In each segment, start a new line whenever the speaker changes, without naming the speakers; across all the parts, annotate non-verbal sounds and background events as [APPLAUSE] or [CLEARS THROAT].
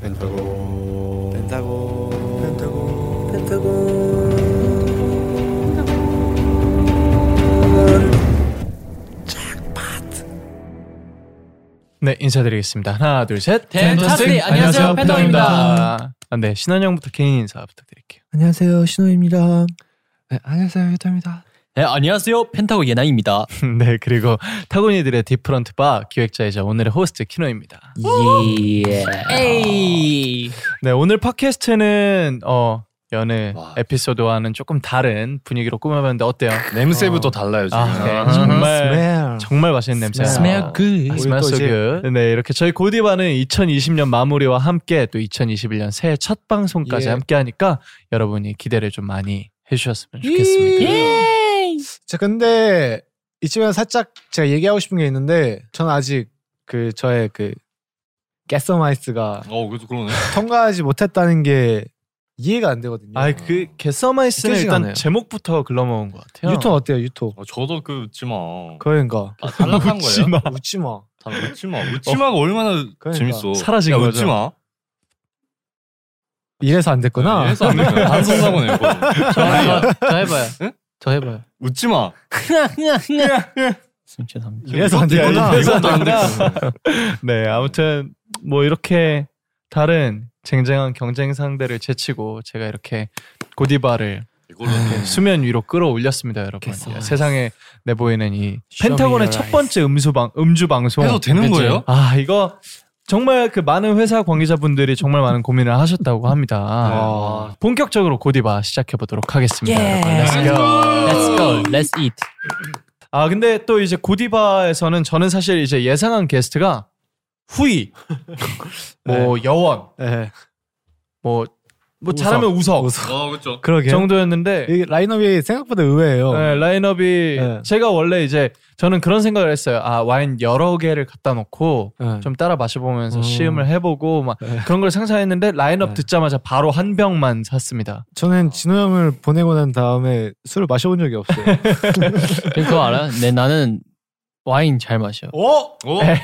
펜타곤 펜타곤 펜타곤
네 인사드리겠습니다. 하나 둘셋
펜타스리! 네, 안녕하세요, 펜타곤입니다.
아, 네 신한영부터 개인 인사 부탁드릴게요.
안녕하세요 신호입니다
네 안녕하세요 유타입니다.
네, 안녕하세요. 펜타고 예나입니다.
[LAUGHS] 네 그리고 타고니들의 디프런트 바 기획자이자 오늘의 호스트 키노입니다.
예. 에이.
네 오늘 팟캐스트는 어 여느
와.
에피소드와는 조금 다른 분위기로 꾸며봤는데 어때요? 냄새부터
달라요 지금.
아, 네. 정말
스멜
정말 맛있는 냄새.
Smell good.
아, Smell so good. 네, 이렇게 저희 고디바는 2020년 마무리와 함께 또 2021년 새해 첫 방송까지
예.
함께 하니까 여러분이 기대를 좀 많이 해주셨으면 좋겠습니다.
예.
자 근데 이쯤에 살짝 제가 얘기하고 싶은 게 있는데 저는 아직 그 저의 그 게서마이스가
어 그래도 그러네
통과하지 못했다는 게 이해가 안 되거든요.
아, 그 개서마이스는
느껴지지가
일단
않아요.
제목부터 글러먹은 것 같아요.
유토 어때요 유토?
어, 저도 그 웃지마
그러니까
아, 탈락한 거예요?
웃지마. 어.
웃지 마.
다 웃지마 웃지마가 얼마나
그러니까.
재밌어
사라진
야,
거죠.
웃지마
이래서 안
네,
됐구나.
네, 그래서 안 되면 반성사고네요
저 해봐요. 저 해봐요.
응?
저 해봐요.
웃지마
음, 죄송합니다.
[LAUGHS] 이래서 안 됐구나.
이것도 안 됐어
[LAUGHS] 네, 아무튼 뭐 이렇게 다른 쟁쟁한 경쟁 상대를 제치고 제가 이렇게 고디바를
이걸로
이렇게 네, 수면 위로 끌어올렸습니다, 여러분.
됐어.
예, 세상에 내보이는 이
Show me
펜타곤의
your
첫 번째 음수 방 음주 방송
해도 되는
그치?
거예요?
아 이거 정말 그 많은 회사 관계자분들이 정말 많은 고민을 하셨다고 합니다.
와.
본격적으로 고디바 시작해 보도록 하겠습니다.
예.
여러분. Let's
네.
go.
Let's go. Let's eat.
아 근데 또 이제 고디바에서는 저는 사실 이제 예상한 게스트가
[LAUGHS]
후이, 뭐 여원,
네.
뭐 뭐 잘하면 우석,
어 그쵸
그러게.
정도였는데
이 라인업이 생각보다 의외예요.
네, 라인업이
네.
제가 원래 이제 저는 그런 생각을 했어요. 아 와인 여러 개를 갖다 놓고
네.
좀 따라 마셔보면서
음.
시음을 해보고 막
네.
그런 걸 상상했는데 라인업
네.
듣자마자 바로 한 병만 샀습니다.
저는 진호 형을 보내고 난 다음에 술을 마셔본 적이 없어요.
[LAUGHS]
그거 알아? 네, 나는 와인 잘 마셔.
오! 오!
네.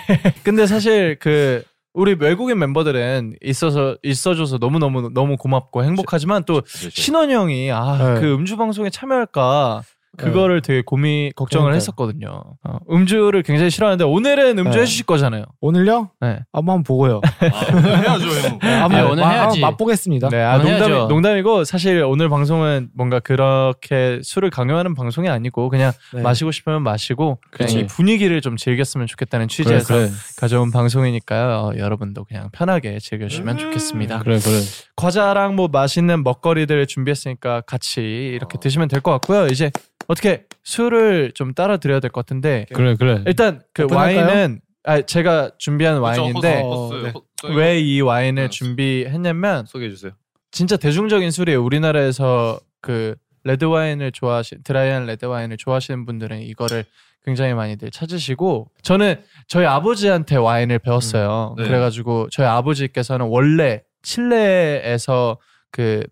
근데 사실 그 우리 외국인 멤버들은 있어서 있어줘서 너무 너무 너무 고맙고 행복하지만 또
네,
신원 형이 아
네.
그 음주 방송에 참여할까 그거를 되게 고민 걱정을
그러니까요.
했었거든요. 어, 음주를 굉장히 싫어하는데 오늘은 음주
네.
해주실 거잖아요.
오늘요?
네.
한번 보고요.
아, 오늘 해야죠 형
한번
예, 오늘
마-
해야지.
한번 아, 맛보겠습니다.
네, 아,
그건
농담,
해야죠.
농담이고 사실 오늘 방송은 뭔가 그렇게 술을 강요하는 방송이 아니고 그냥
네.
마시고 싶으면 마시고 그냥
그치.
이 분위기를 좀 즐겼으면 좋겠다는
그렇죠. 그래,
취지에서
그래.
가져온 방송이니까요. 어, 여러분도 그냥 편하게 즐겨주시면
음.
좋겠습니다.
그래, 그래.
과자랑 뭐 맛있는 먹거리들 준비했으니까 같이 이렇게
어.
드시면 될 것 같고요. 이제 어떻게 술을 좀 따라 드려야 될 것 같은데
그래, 그래.
일단 그
오픈할까요?
와인은 아, 제가 준비한 와인인데 네.
허스, 허스,
왜 이 와인을
네.
준비했냐면
소개해주세요
진짜 대중적인 술이에요. 우리나라에서 그 레드 와인을 좋아하시 드라이한 레드 와인을 좋아하시는 분들은 이거를 굉장히 많이들 찾으시고 저는 저희 아버지한테 와인을 배웠어요.
음, 네.
그래가지고 저희 아버지께서는 원래 칠레에서 그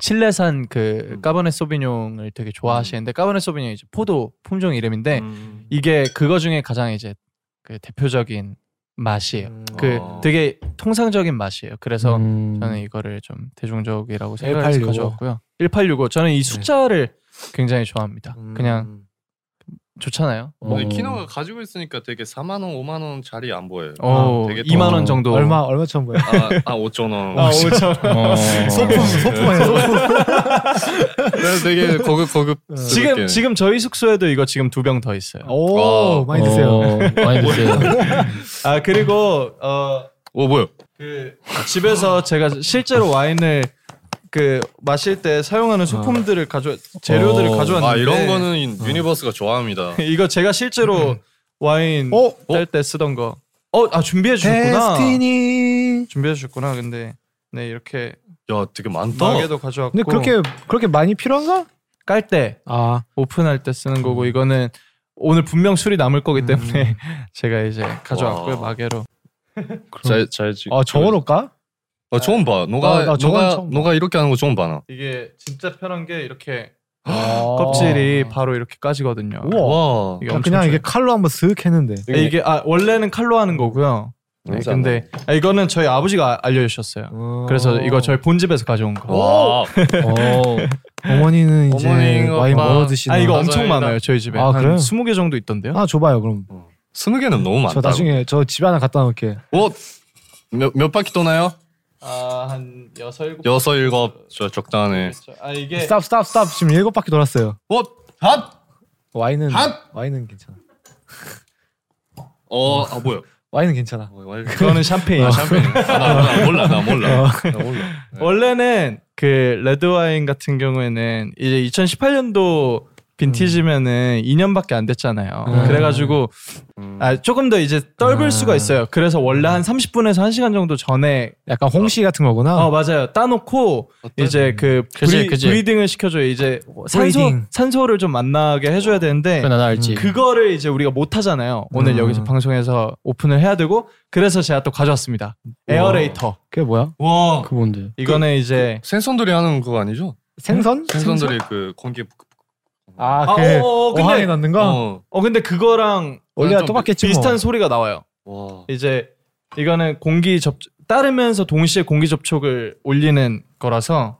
칠레산 그
음.
까버네 소비뇽을 되게 좋아하시는데 까버네 소비뇽이 이제 포도 품종 이름인데
음.
이게 그거 중에 가장 이제 그 대표적인 맛이에요.
음.
그
어.
되게 통상적인 맛이에요. 그래서
음.
저는 이거를 좀 대중적이라고 생각해서
1865.
가져왔고요. 네. 1865. 저는 이 숫자를 굉장히 좋아합니다.
음.
그냥 좋잖아요.
근데
어.
음, 키노가 가지고 있으니까 되게 4만 원, 5만 원 자리 안 보여요.
어,
되게
2만 원 정도.
얼마 얼마 처음 보여?
아, 아 5천 원.
어.
소품 소품에 소품.
[LAUGHS] 그래서 되게 거급 거급.
지금 지금 저희 숙소에도 이거 지금 두 병 더 있어요.
오
와.
많이 드세요.
어, 많이 드세요.
아 그리고 어,
오 뭐요?
그 집에서 제가 실제로 와인을 그 마실 때 사용하는 소품들을 가져 재료들을
어.
가져왔는데
아 이런 거는 유니버스가 좋아합니다.
이거 제가
음.
실제로 와인
오
뗄 때 쓰던 거. 어, 아 준비해 어, 주셨구나.
어? 데스티니
준비해 주셨구나. 근데 네 이렇게
야 되게 많다.
마개도 가져왔고
근데 그렇게 그렇게 많이 필요한가?
깔 때
아
오픈할 때 쓰는 거고 이거는 오늘 분명 술이 남을 거기 때문에 [LAUGHS] 제가 이제 가져왔고요
와.
마개로.
잘잘 지.
아, 저거로 까?
아 처음 봐.
아,
너가
나 저건
너가
처음 봐.
너가 이렇게 하는 거 처음 봐 나.
이게 진짜 편한 게 이렇게
껍질이
[GASPS] 껍질이 바로 이렇게 까지거든요.
우와.
와.
이게
그냥,
엄청
이게
아. 좋아요.
칼로 한번 슥 했는데
네, 이게 아 원래는 칼로 하는 거고요. 네,
냄새 안
근데 아, 이거는 저희 아버지가 아- 알려주셨어요. 그래서 이거 저희 본집에서 가져온
나.
거.
와.
오.
어머니는 이제
어머니가
와인
막-
멀어 드시는
아 이거
맞아요.
엄청
일단-
많아요 저희 집에
아,
한
그래요?
20개 정도 있던데요.
하나 줘봐요 그럼
[LAUGHS]
어,
스무 개는 너무 많다. 어?
저 나중에 저 집에 하나 갖다 놓을게
네.
몇몇 바퀴 도나요?
아한 여섯 일곱.
여섯 일곱 저 적당해.
아 이게
스탑 스탑 스탑 지금 일곱 바퀴 돌았어요
어? 핫?
와인은
핫!
와인은 괜찮아
어, 아 뭐야? 어,
와인은 괜찮아
어.
[LAUGHS]
그거는 샴페인.
아, 샴페인. 아, 나, 나 몰라, 나
어.
몰라. 나 몰라.
네.
원래는 그 레드 와인 같은 경우에는 이제 2018년도
음.
빈티지면은 2년밖에 안 됐잖아요. 그래가지고 아, 조금 더 이제 떫을
음.
수가 있어요. 그래서 원래 한 30분에서 1시간 정도 전에
약간 홍시 같은 거구나
어 맞아요 따놓고 이제 그
어, 음. 그지,
브리,
그지.
브리딩을 시켜줘요. 이제 산소
브리딩.
산소를 좀 만나게 해줘야 되는데
어. 그나 알지.
그거를 이제 우리가 못 하잖아요. 오늘
음.
여기서 방송에서 오픈을 해야 되고 그래서 제가 또 가져왔습니다. 에어레이터.
그게 뭐야?
와.
그 뭔데?
이거는 이제
생선들이 하는 그거 아니죠?
생선?
생선들이 그 공기
아,
음. 아,
그
어, 어, 어, 근데-
어항에 넣는 거?
어.
어 근데 그거랑
원래가
좀
똑같겠지 뭐.
비슷한 소리가 나와요.
와.
예,
이제 이거는 공기 접 따르면서 동시에 공기 접촉을 올리는 거라서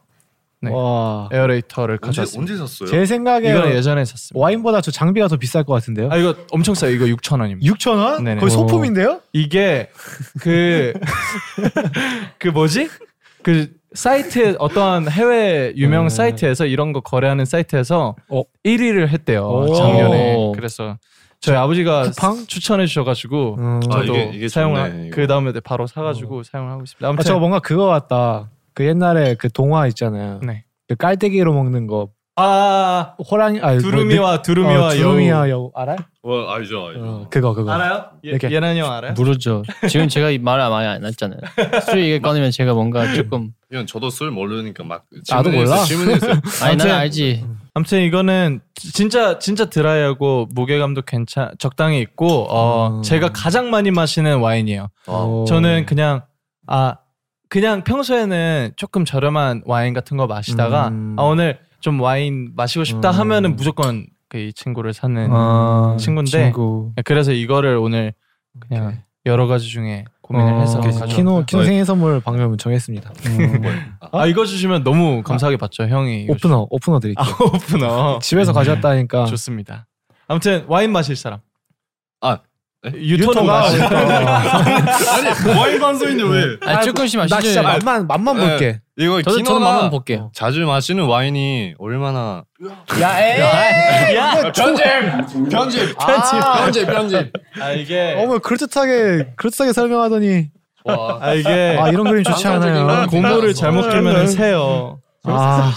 네.
와.
에어레이터를
언제
가져왔습니다.
언제 샀어요?
제 생각에
이거는 예전에 샀습니다.
와인보다 저 장비가 더 비쌀 것 같은데요?
아 이거 엄청 싸요. 이거 6천 원입니다.
6천 원?
네네.
거의 소품인데요?
이게 그, [LAUGHS] 그 뭐지? 그 사이트, 어떤 해외 유명
네.
사이트에서 이런 거 거래하는 사이트에서 1위를 했대요.
어? 오.
작년에. 그래서 저희 아버지가
쿠팡?
추천해 주셔가지고
음.
아,
저도
이게- 이게 좋네,
사용을
이거.
그 다음에 바로 사가지고 사용을 하고 있습니다.
아,
아무튼
저거 뭔가 그거 같다. 그 옛날에 그 동화 있잖아요.
네.
그 깔때기로 먹는 거.
아
호랑이, 아
두루미와 두루미와
어, 두루미와 여우. 알아?
와, 알죠, 알죠.
어, 그거, 그거.
알아요? 예,
이렇게.
예난 형 알아요?
모르죠. 지금 제가 이 말을 많이 안 했잖아요. 술 얘기 꺼내면 제가 뭔가 조금
이건 저도 술 모르니까 막 질문이
나도 몰라.
있어요, 질문이
[LAUGHS]
있어요.
아니
아무튼-
나는 알지.
아무튼 이거는 진짜 진짜 드라이하고 무게감도 괜찮 적당히 있고 어,
음.
제가 가장 많이 마시는 와인이에요.
어.
저는 그냥 아 그냥 평소에는 조금 저렴한 와인 같은 거 마시다가
음.
아, 오늘 좀 와인 마시고 싶다
음.
하면은 무조건 그 이 친구를 사는
아,
친구인데. 네,
친구.
그래서 이거를 오늘 그냥 여러 가지 중에 고민을
어,
해서
오케이.
가져.
키노 키노 생일 선물 방금
어,
정했습니다.
아 이거 주시면 너무 감사하게 받죠 형이. 이거 주-
아, 오프너 오프너 드릴게요.
아 오프너.
집에서 가져왔다니까.
좋습니다. 아무튼 와인 마실 사람.
아,
유토는 마실
아니, 와인 반소인데 왜?
아니, 조금씩
나
마시죠.
진짜 맛만 맛만
네.
볼게.
이거
저도 저는
기노나
한번 볼게요.
자주 마시는 와인이 얼마나
야, 에이. 아.
편집! 편집! 편집! 편집!
아 이게
어머 그럴듯하게 그럴듯하게 설명하더니
와.
아 이게
아 네. 이런 그림 좋지 않아요.
공모를 잘못 들면 새요.
아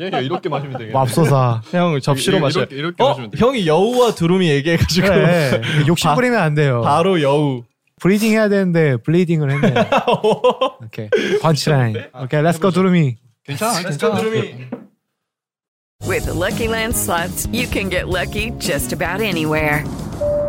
얘 예, 이렇게 마시면 되겠네.
맙소사.
형 접시로
이- 이-
마셔.
이렇게- 이렇게
어?
마시면 돼요.
형이 여우와 두루미 얘기해가지고
그래 네, 욕심 부리면 안 돼요.
바로 여우.
브리딩 [LAUGHS] 해야 되는데 블레이딩을 했네. 오케이 관치라인. 오케이 렛츠고 두루미.
괜찮아, 괜찮아.
두루미.
With the Lucky Land slots, you can get lucky just about anywhere.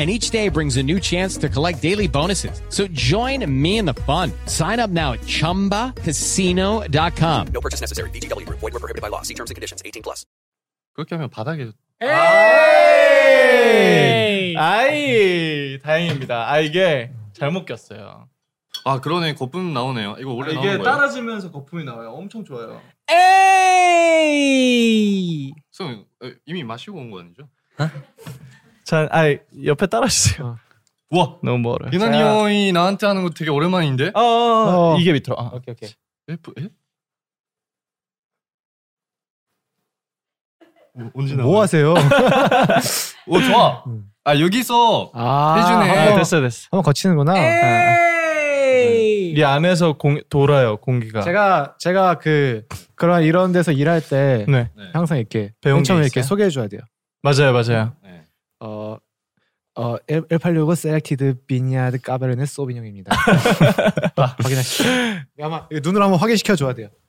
And each day brings a new chance to collect daily bonuses. So join me in the fun. Sign up now at chumbacasino.com.
그렇게 하면 바닥에
아이 다행입니다. 아 이게 잘못 꼈어요.
아 그러네 거품 나오네요. 아, 이거 원래
이게
나오는 거예요?
따라지면서 거품이 나와요. 엄청 좋아요.
에이.
선 이미 마시고 온 거 아니죠?
자, 아 옆에
어.
따라주세요.
와
너무 멀어.
이난이 형이 나한테 하는 거 되게 오랜만인데.
어, 어, 어. 이게 밑으로. 아.
오케이 오케이.
F 에? 오, 언제 나와?
어.
뭐 하세요?
오 좋아. 아 여기서 해주네.
아, 됐어 됐어.
한번 거치는구나.
이 안에서 공 돌아요 공기가.
제가 제가 그 그런 이런 데서 일할 때
네.
항상 이렇게
배운
맨 처음에
게
이렇게
있어요?
소개해 줘야 돼요.
맞아요 맞아요.
어, 어, 1865 셀렉티드 비니아드
[LAUGHS]
까베르네 소비뇽입니다.
아.
확인하시죠. 아마 이거 눈으로 한번 확인시켜 줘야 돼요. [LAUGHS]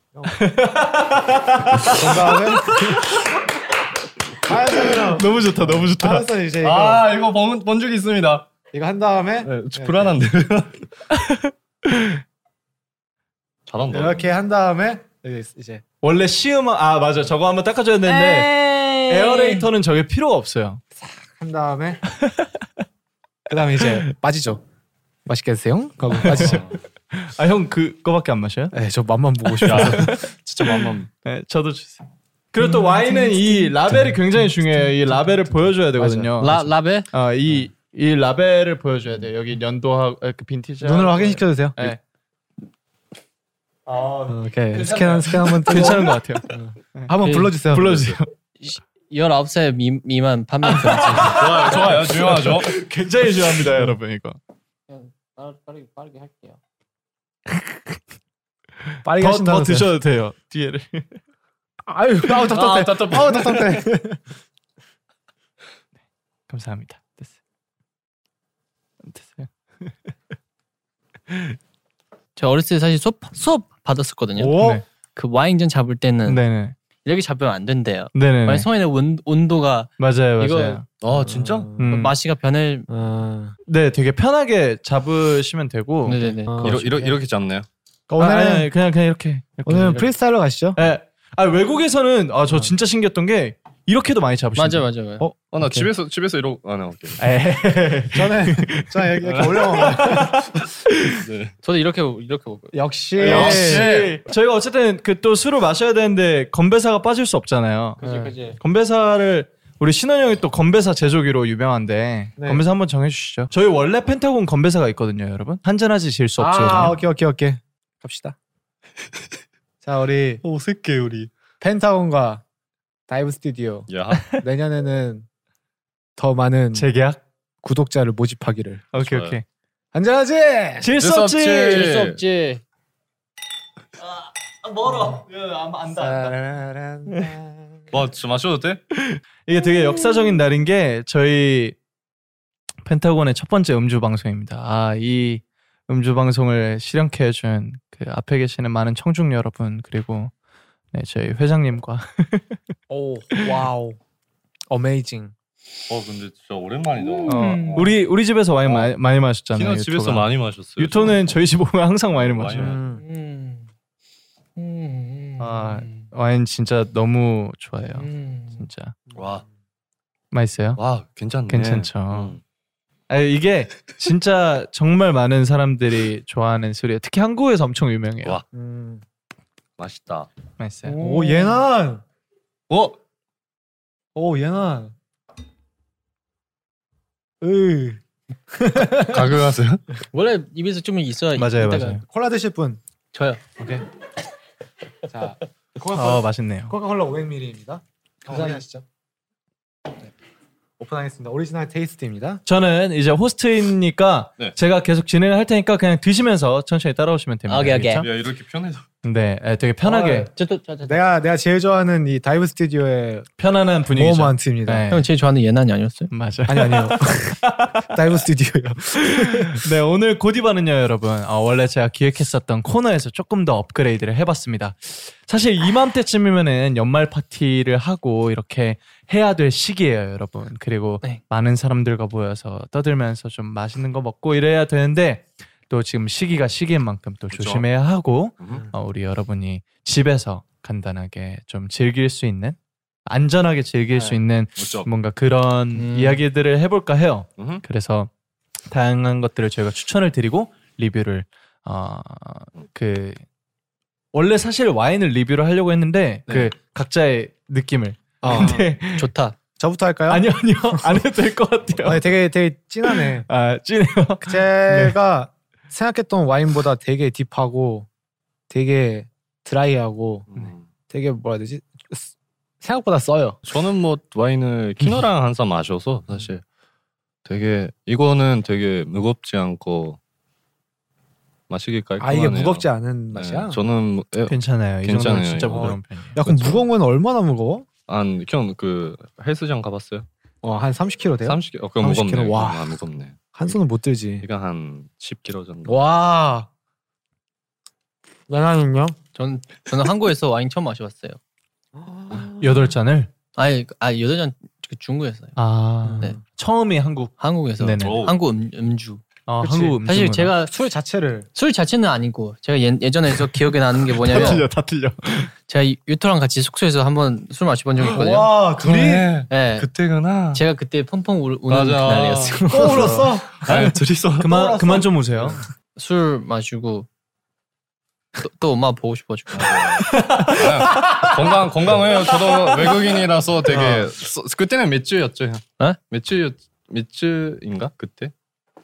건강은
너무 좋다 너무 좋다.
알았어 이제 이거
아 이거 본본 적이 있습니다.
이거 한 다음에
네, 불안한데. 잘한다.
네.
이렇게 한 다음에 여기 이제
원래 시음은 아 맞아 저거 한번 닦아줘야 되는데 에어레이터는 저게 필요가 없어요.
한 다음에 그다음에 이제 빠지죠. 맛있게 드세요. 하고 빠지죠.
아 형 그거밖에 안 마셔요?
네, 저 맛만 보고 싶어서.
진짜 맘만.
네, 저도 주세요. 음, 그리고 또 와인은 이 라벨이 굉장히 중요해요. 이 라벨을 보여줘야 되거든요. 어,
라 라벨?
네.
아이이 라벨을 보여줘야 돼요. 여기 연도하고 아, 그 빈티지
눈으로 확인시켜 주세요. 아,
네. 아,
오케이. 스캔
[LAUGHS]
스캔 한번 뜨고.
괜찮은 것 같아요. 예,
한번 불러 주세요.
불러 주세요.
19살 미, 미만 판매 금지.
좋아요 좋아요
[LAUGHS]
중요하죠.
굉장히 좋아합니다, 여러분 이거.
빠르게 빠르게 할게요.
빨리
더, 더
하신다고.
드셔도 돼요. 뒤에를. [LAUGHS]
아유, 아우 답답해.
아, 답답해.
아우 답답해.
감사합니다. 됐어요. 됐어요.
저 어렸을 때 사실 수업 수업 받았었거든요.
오.
네.
그 와인잔 잡을 때는
네네.
이렇게 잡으면 안 된대요.
네네.
와인 성인의 온, 온도가
맞아요,
이거-
맞아요.
아 진짜?
음.
맛이가 변할
아.
네, 되게 편하게 잡으시면 되고.
네네네.
어.
아, 이러, 이러, 이렇게 잡나요?
그러니까
아,
오늘은
아니, 아니, 그냥 그냥 이렇게. 이렇게,
오늘은
이렇게.
프리스타일로 가시죠.
예. 아 외국에서는 아 저 진짜 신기했던 게 이렇게도 많이 잡으시는.
맞아 맞아 맞아.
어?
어 나
오케이.
집에서 집에서 이러고 아나 네, 오케이.
저는 저는 이렇게- 이렇게 올려 먹어요.
네.
저도 이렇게 이렇게 먹어요.
네, 역시.
역시.
저희가 어쨌든 그 또 술을 마셔야 되는데 건배사가 빠질 수 없잖아요. 네.
그지 그지.
건배사를 우리 신원 형이 또 건배사 제조기로 유명한데
네.
건배사 한번 정해주시죠. 저희 원래 펜타곤 건배사가 있거든요, 여러분. 한잔하지 질 수 없죠.
아, 오케이 오케이 오케이.
[LAUGHS]
갑시다. 자, 우리
어색해 우리.
펜타곤과 다이브 스튜디오
야.
내년에는 더 많은
재계약.
구독자를 모집하기를.
오케이
좋아요.
오케이.
안전하지?
질 수
수
없지.
없지.
수 없지.
아,
짜라란.
와 진짜 마셔도 돼?
이게
음.
되게 역사적인 날인 게 저희 펜타곤의 첫 번째 음주 방송입니다. 아, 이 음주 방송을 실현케 해준 그 앞에 계시는 많은 청중 여러분 그리고 네, 저희 회장님과
어.
오, 와우. 어메이징.
어 근데 진짜 오랜만이다.
음.
어, 우리 우리 집에서 와인 많이, 많이 마셨잖아요.
어. 키나 집에서
유토가.
많이 마셨어요.
유토는 저희 집 오면 항상 와인을
와인.
마셔요.
음.
음. 음. 음.
아, 와인 진짜 너무 좋아해요. 진짜
와와
맛있어요.
괜찮네.
괜찮죠.
음.
아, 이게 진짜 정말 많은 사람들이 좋아하는 술이에요. 특히 한국에서 엄청 유명해요.
와.
음.
맛있다.
맛있어요.
오, 예난.
어
오, 예난. 으.
[LAUGHS] 가격하세요?
원래 입에서 좀 있어야
맞아요,
이따가-
맞아요.
콜라 드실 분.
저요.
자,
아
코카콜라,
맛있네요.
코카콜라 500ml입니다. 감사하시죠. 네. 오픈하겠습니다. 오리지널 테이스트입니다.
저는 이제 호스트이니까
네.
제가 계속 진행을 할 테니까 그냥 드시면서 천천히 따라오시면 됩니다.
오케이, 오케이.
알겠죠?
야 이렇게 편해서.
네, 네, 되게 편하게
아, 저도 저, 저, 저.
아, 내가 내가 제일 좋아하는 이 다이브 스튜디오의
편안한 분위기죠.
모먼트입니다.
네.
형 제일 좋아하는 예난이 아니었어요?
맞아.
아니
[LAUGHS]
아니요. 다이브 스튜디오요.
네, 오늘 고디바는요, 여러분. 어, 원래 제가 기획했었던 코너에서 조금 더 업그레이드를 해봤습니다. 사실 이맘때쯤이면은 연말 파티를 하고 이렇게 해야 될 시기예요, 여러분. 그리고
네.
많은 사람들과 모여서 떠들면서 좀 맛있는 거 먹고 이래야 되는데 또 지금 시기가 시기인 만큼 또
그렇죠.
조심해야 하고
음.
어, 우리 여러분이 집에서 간단하게 좀 즐길 수 있는
네.
안전하게 즐길 수 있는
멋져.
뭔가 그런 이야기들을 해볼까 해요.
음.
그래서 다양한 것들을 저희가 추천을 드리고 리뷰를 아, 어그 원래 사실 와인을 리뷰를 하려고 했는데
네.
그 각자의 느낌을
아,
네.
근데
좋다.
저부터 할까요?
아니요 [LAUGHS] 아니요 안 해도 될 것 같아요.
아, 되게 되게 진하네.
아 찐해요.
제가 생각했던 와인보다 되게 딥하고 되게 드라이하고 되게 뭐라 해야 되지? 쓰- 생각보다 써요.
음.
음.
저는 뭐 와인을 키노랑 한 잔 마셔서 사실 되게 이거는 되게 무겁지 않고 마시기
아
깔끔하네요.
이게 무겁지 않은 맛이야?
저는 뭐- 예,
네. 괜찮아요. 이 정도는
괜찮아요.
진짜
이거.
부드러운 편이에요.
야 그럼 무거운 건 얼마나 무거워?
안, 형, 그, 헬스장 가봤어요?
어, 한 30kg 돼요?
30kg. 어, 그럼 무겁네.
30kg. 와.
와. 아, 무겁네.
한 손은 못 들지.
이거 한 10kg
뭐-
정도.
와. 나나는요?
전 저는 한국에서 와인 처음 마셔봤어요.
여덟 잔을
아니 아 여덟 잔 중국에서요.
아
네.
처음에 한국
한국에서
네네.
오.
한국 음, 음주.
아
그치.
한국 음주
사실
문화.
제가
술
[LAUGHS]
자체를
술 자체는 아니고 제가 예, 전에서 기억에 나는 게
[LAUGHS] 다
뭐냐면
틀려 다 틀려.
제가 유- 유토랑 같이 숙소에서 한번 술 마셔본 적이 있거든요.
와
그래?
네.
그때구나.
제가 그때 펑펑 울, 우는
맞아.
날이었어요.
또
[LAUGHS]
울었어?
아니, 네. 둘이서.
그만 그만 좀 오세요.
[LAUGHS] 술 마시고 또, 또 엄마 보고 싶어지고
건강, 건강해요. 저도 외국인이라서 되게. 소- 그때는 맥주였죠, 형.
어?
맥주, 맥주인가? 그때?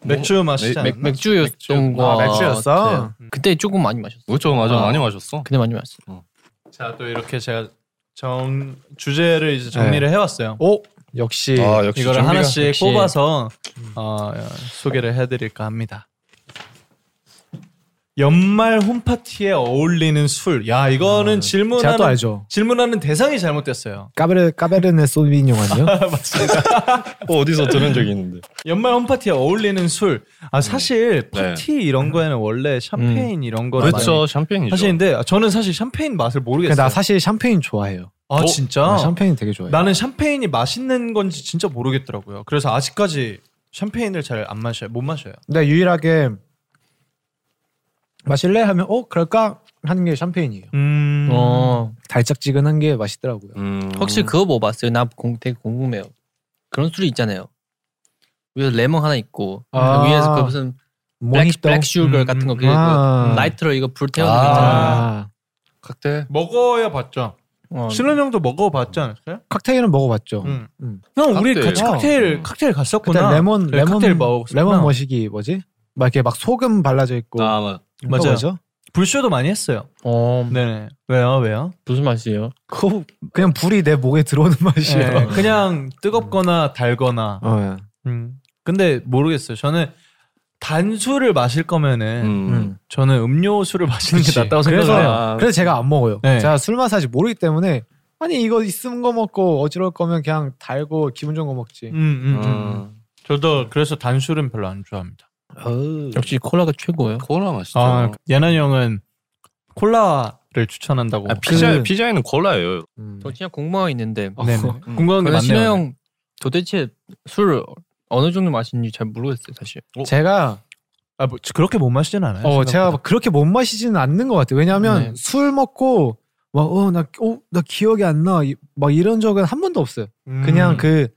뭐, 맥주 마시지 않았나?
맥주였던
아,
거
맥주였어?
같아요. 그때 조금 많이 마셨어요.
그렇죠, 맞아.
아.
많이 마셨어.
그때 많이 마셨어요.
자 또 이렇게 제가 정 주제를 이제 정리를 해왔어요.
오 역시
아, 역시.
이거를
준비가-
하나씩
역시.
뽑아서 어, 소개를 해드릴까 합니다. 연말 홈파티에 어울리는 술. 야 이거는
제가 또
질문하는
알죠.
질문하는 대상이 잘못됐어요.
까베르 까베르네 소비뇽 아니요?
어, 어디서 들은 적이 있는데.
연말 홈파티에 어울리는 술. 아 사실 파티 이런 거에는 원래 샴페인 이런 거를 많이
그렇죠, 샴페인이죠.
사실인데 저는 사실 샴페인 맛을
근데
모르겠어요.
그러니까 나 사실 샴페인 좋아해요. 어?
아 진짜
나 샴페인 되게 좋아해요.
나는 샴페인이 맛있는 건지 진짜 모르겠더라고요. 그래서 아직까지 샴페인을 잘 안 마셔요. 못 마셔요.
근데 유일하게 마실래 하면 어 그럴까 하는 게 샴페인이에요.
음.
어,
달짝지근한 게 맛있더라고요.
음.
혹시 그거 먹어봤어요? 나 공, 되게 궁금해요. 그런 술이 있잖아요. 위에서 레몬 하나 있고
아.
위에서 그 무슨 블랙,
모히또.
블랙 슈거
음,
같은 거
음.
그리고
아.
라이트로 이거 불 태우는 거 있잖아요.
아,
칵테일?
먹어야 봤죠.
어,
신원 형도 먹어봤지 않았어요?
칵테일은 먹어봤죠.
음.
음.
형 우리
칵테일.
같이
어.
칵테일
음.
칵테일
그때
갔었구나.
레몬
그래,
레몬
칵테일 먹었구나.
레몬 머시기 뭐지? 막 이렇게 막 소금 발라져 있고
아, 맞아.
그거
맞아요.
뭐죠?
불쇼도 많이 했어요.
어,
네. 왜요? 왜요?
무슨 맛이에요?
그거 그냥 불이 내 목에 들어오는 [LAUGHS] 맛이에요.
네, 그냥 뜨겁거나 달거나.
어, 예.
음. 근데 모르겠어요. 저는 단술을 마실 거면은
음.
음.
저는 음료수를 마시는 게
그치.
낫다고
그래서 아,
생각을 해요.
그래서 제가 안 먹어요.
네.
제가 술 맛을 아직 모르기 때문에 아니 이거 있은 거 먹고 어지러울 거면 그냥 달고 기분 좋은 거 먹지.
음, 음, 음.
아.
음.
저도 그래서 단술은 별로 안 좋아합니다.
역시 콜라가 최고예요.
콜라 맛있죠.
어.
아, 예난 형은 콜라를 추천한다고.
아, 피자,
그-
피자에는 콜라예요.
음.
저 진짜 궁금한 게 있는데
아,
어,
네.
음.
궁금한 게
그래서
많네요.
신호 형 도대체 술 어느 정도 마시는지 잘 모르겠어요 사실.
제가
아, 뭐, 그렇게 못 마시진 않아요.
어 제가
생각보다.
막 그렇게 못 마시지는 않는 것 같아요. 왜냐하면
네.
술 먹고 막어나어나 기억이 안나막 이런 적은 한 번도 없어요. 그냥
음.
그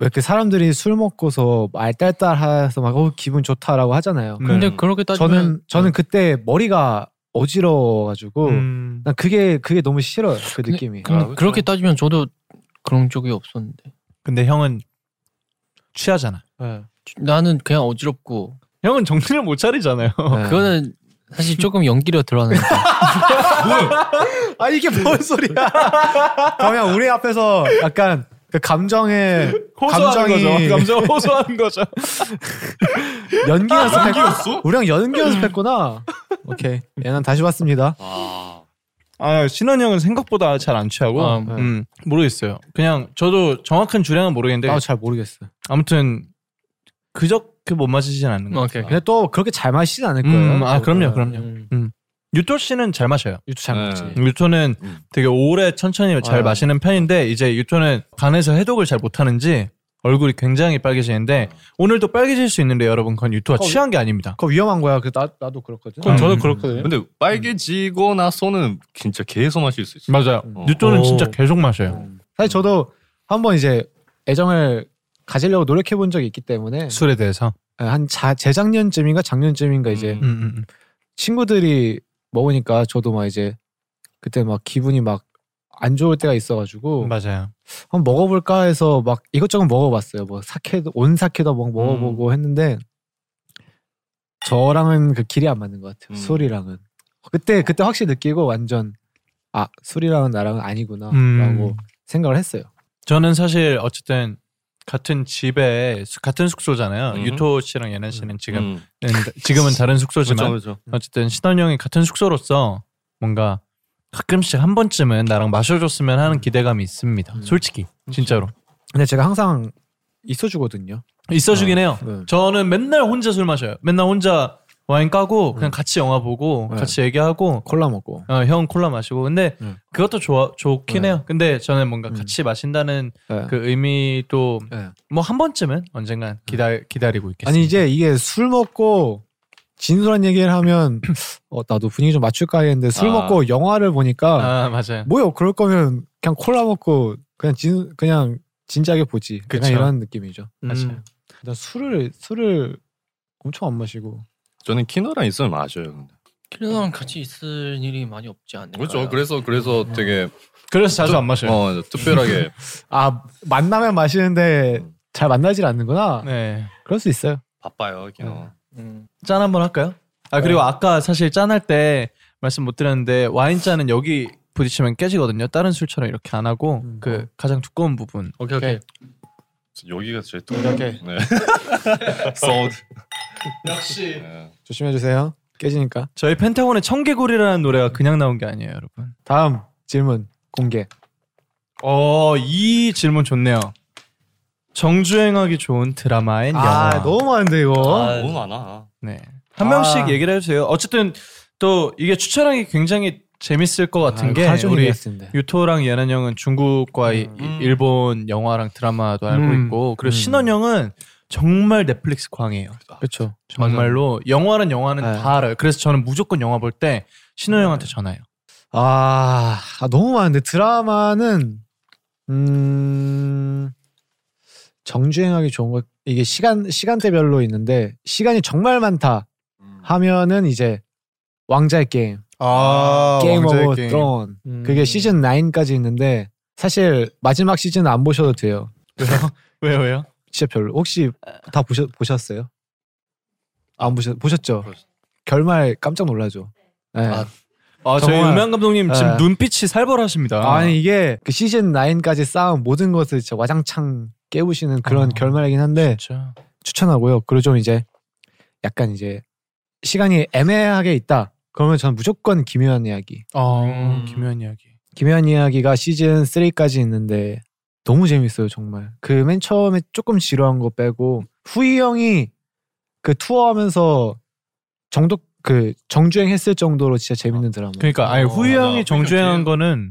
왜 그 사람들이 술 먹고서 알딸딸해서 막 어 기분 좋다라고 하잖아요.
네.
근데 그렇게 따지면 음,
저는 저는 그때 머리가 어지러워가지고
음.
난 그게 그게 너무 싫어요. 그 느낌이.
근데
아, 그렇죠.
그렇게 따지면 저도 그런 적이 없었는데
근데 형은 취하잖아.
네.
나는 그냥 어지럽고
형은 정신을 못 차리잖아요.
네.
그거는 사실 조금 연기로 드러나는
아 이게 뭔
[LAUGHS]
소리야? 그러면 우리 앞에서 약간 그
[LAUGHS]
감정의
[LAUGHS] 호소하는
감정이 [LAUGHS]
거죠. 감정 호소하는 거죠.
연기 연습했어? 우리랑 연기 연습했구나. 오케이. 얘는 다시 왔습니다.
아, 신원 형은 생각보다 잘 안 취하고,
아,
네. 아,
음, 모르겠어요. 그냥 저도 정확한 주량은 모르겠는데,
나도 잘 모르겠어.
아무튼 그저께 못 마시진 않는 것
음, 오케이,
같아요.
근데 또 그렇게 잘 마시진 않을 거예요.
음, 아, 그럼요, 그럼요.
음.
유토 씨는 잘 마셔요.
유튜브 잘
네.
먹지.
유토는
음.
되게 오래 천천히 잘
아.
마시는 편인데 이제 유토는 간에서 해독을 잘 못하는지 얼굴이 굉장히 빨개지는데 오늘도 빨개질 수 있는데 여러분 그건 유토가
어,
취한 게 아닙니다.
그거 위험한 거야. 그 나 나도 그렇거든.
그럼
음.
저도
그렇거든요.
근데 빨개지고 나서는 진짜 계속 마실 수 있어요.
맞아요.
음.
유토는
오.
진짜 계속 마셔요.
음. 사실 저도 한번 이제 애정을 가지려고 노력해 본 적이 있기 때문에
술에 대해서. 한 자, 재작년쯤인가
그러니까
작년쯤인가
음.
이제 음, 친구들이 먹으니까 저도 막 이제 그때 막 기분이 막 안 좋을 때가 있어가지고
맞아요.
한번 먹어볼까 해서 막 이것저것 먹어봤어요. 뭐 사케도 온 사케도
뭐,
막 먹어보고 했는데 저랑은 그 길이 안 맞는
음.
것 같아요. 술이랑은 그때 그때 확실히 느끼고 완전 아 술이랑은 나랑은 아니구나라고
음.
생각을 했어요.
저는 사실 어쨌든 같은 집에 수- 같은 숙소잖아요.
음.
유토 씨랑 예나 씨는 지금 네,
음. 그렇죠,
지금은 다른 숙소지만
그죠, 음. 그죠.
어쨌든 신원 형이 같은 숙소로서 뭔가 가끔씩 한 번쯤은 나랑 마셔줬으면
음.
하는 기대감이 있습니다. 솔직히
그렇죠.
진짜로
근데 제가 항상 있어주거든요.
있어주긴 해요.
네.
저는 맨날 혼자 술 마셔요. 맨날 혼자 와인 까고
음.
그냥 같이 영화 보고
네.
같이 얘기하고
콜라 먹고
어, 형 콜라 마시고 근데
음.
그것도 좋아 좋긴
네.
해요. 근데 저는 뭔가 같이 마신다는 그 의미도
네.
뭐 한 번쯤은 언젠간 기다 기다리고 있겠습니다.
아니 이제 이게 술 먹고 진솔한 얘기를 하면 [CLEARS THROAT] 어, 나도 분위기 좀 맞출까 했는데 술
아.
먹고 영화를 보니까
아 맞아요.
뭐요 그럴 거면 그냥 콜라 먹고 그냥 진 그냥 진지하게 보지 그냥
그쵸.
이런 음. 느낌이죠.
맞아요.
일단 술을 술을 엄청 안 마시고
저는 키노랑 있으면 마셔요. 근데.
키노랑 같이 있을 일이 많이 없지 않나요?
그렇죠. 그래서 그래서
음.
되게
그래서 자주
좀-
안 마셔요.
어,
[LAUGHS]
특별하게
아 만나면 마시는데 잘 만나질 않는구나.
네.
그럴 수 있어요.
바빠요,
음.
키노.
짠 한번 할까요? 아
네.
그리고 아까 사실 짠 할 때 말씀 못 드렸는데 와인 잔은 여기 부딪히면 깨지거든요. 다른 술처럼 이렇게 안 하고
음. 어.
그 가장 두꺼운 부분.
오케이 오케이.
여기가 제일
이렇게.
네. [LAUGHS] 소드.
역시.
네. 조심해 주세요. 깨지니까.
저희 펜타곤의 청개구리라는 노래가 그냥 나온 게 아니에요, 여러분.
다음 질문 공개.
어, 이 질문 좋네요. 정주행하기 좋은 드라마인 영화.
아 너무 많은데 이거. 어,
너무 많아.
네. 한
아.
명씩 얘기를 해주세요. 어쨌든 또 이게 추천하기 굉장히 재밌을 것 같은
아,
게
가족이
우리
됐는데.
유토랑 예난 형은 중국과 이- 일본 영화랑 드라마도 알고
음.
있고 그리고
음.
신원 형은 정말 넷플릭스 광이에요.
그렇죠.
정말로 영화는 영화는
네.
다 알아요. 그래서 저는 무조건 영화 볼 때 신원 형한테 전화해요.
아, 아, 너무 많은데 드라마는 음 정주행하기 좋은 거 이게 시간 시간대별로 있는데 시간이 정말 많다 하면은 이제 왕자의 게임
음. 아,
게임
왕자의
오브
게임.
드론
음.
그게 시즌 9까지 있는데 사실 마지막 시즌 안 보셔도 돼요.
왜요 [LAUGHS] 왜요?
진짜 별로. 혹시 다 보셨 보셨어요? 안 아, 보셨 보셨죠? 결말 깜짝 놀라죠. 네.
아 저희
정말.
음향 감독님 지금
네.
눈빛이 살벌하십니다.
아니 이게 그 시즌 9까지 쌓은 모든 것을 진짜 와장창 깨부시는
아,
그런 결말이긴 한데 추천하고요. 그리고 좀 이제 약간 이제 시간이 애매하게 있다. 그러면 저는 무조건 기묘한 이야기.
아
음,
김현 이야기.
기묘한 이야기가 시즌 3까지 있는데 너무 재밌어요 정말. 그 맨 처음에 조금 지루한 거 빼고 후이 형이 그 투어하면서 정독 그 정주행 했을 정도로 진짜 재밌는 드라마. 아,
그러니까
어,
아니 후이 형이 정주행한 거는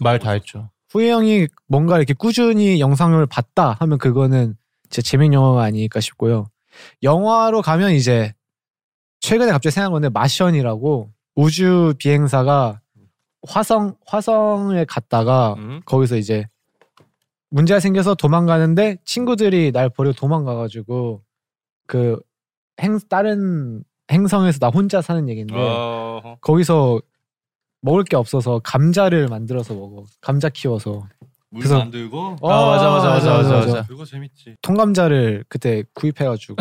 말 다 했죠.
후이 형이 뭔가 이렇게 꾸준히 영상을 봤다 하면 그거는 제 재밌는 영화가 아닐까 싶고요. 영화로 가면 이제 최근에 갑자기 생각난 건데 마션이라고 우주 비행사가 화성 화성에 갔다가
음?
거기서 이제 문제가 생겨서 도망가는데 친구들이 날 버리고 도망가가지고 그 행 다른 행성에서 나 혼자 사는 얘기인데
어.
거기서 먹을 게 없어서 감자를 만들어서 먹어. 감자 키워서.
물
그래서
만들고.
어,
어,
아, 맞아, 맞아, 맞아, 맞아, 맞아.
그거 재밌지.
통감자를 그때 [LAUGHS] 구입해가지고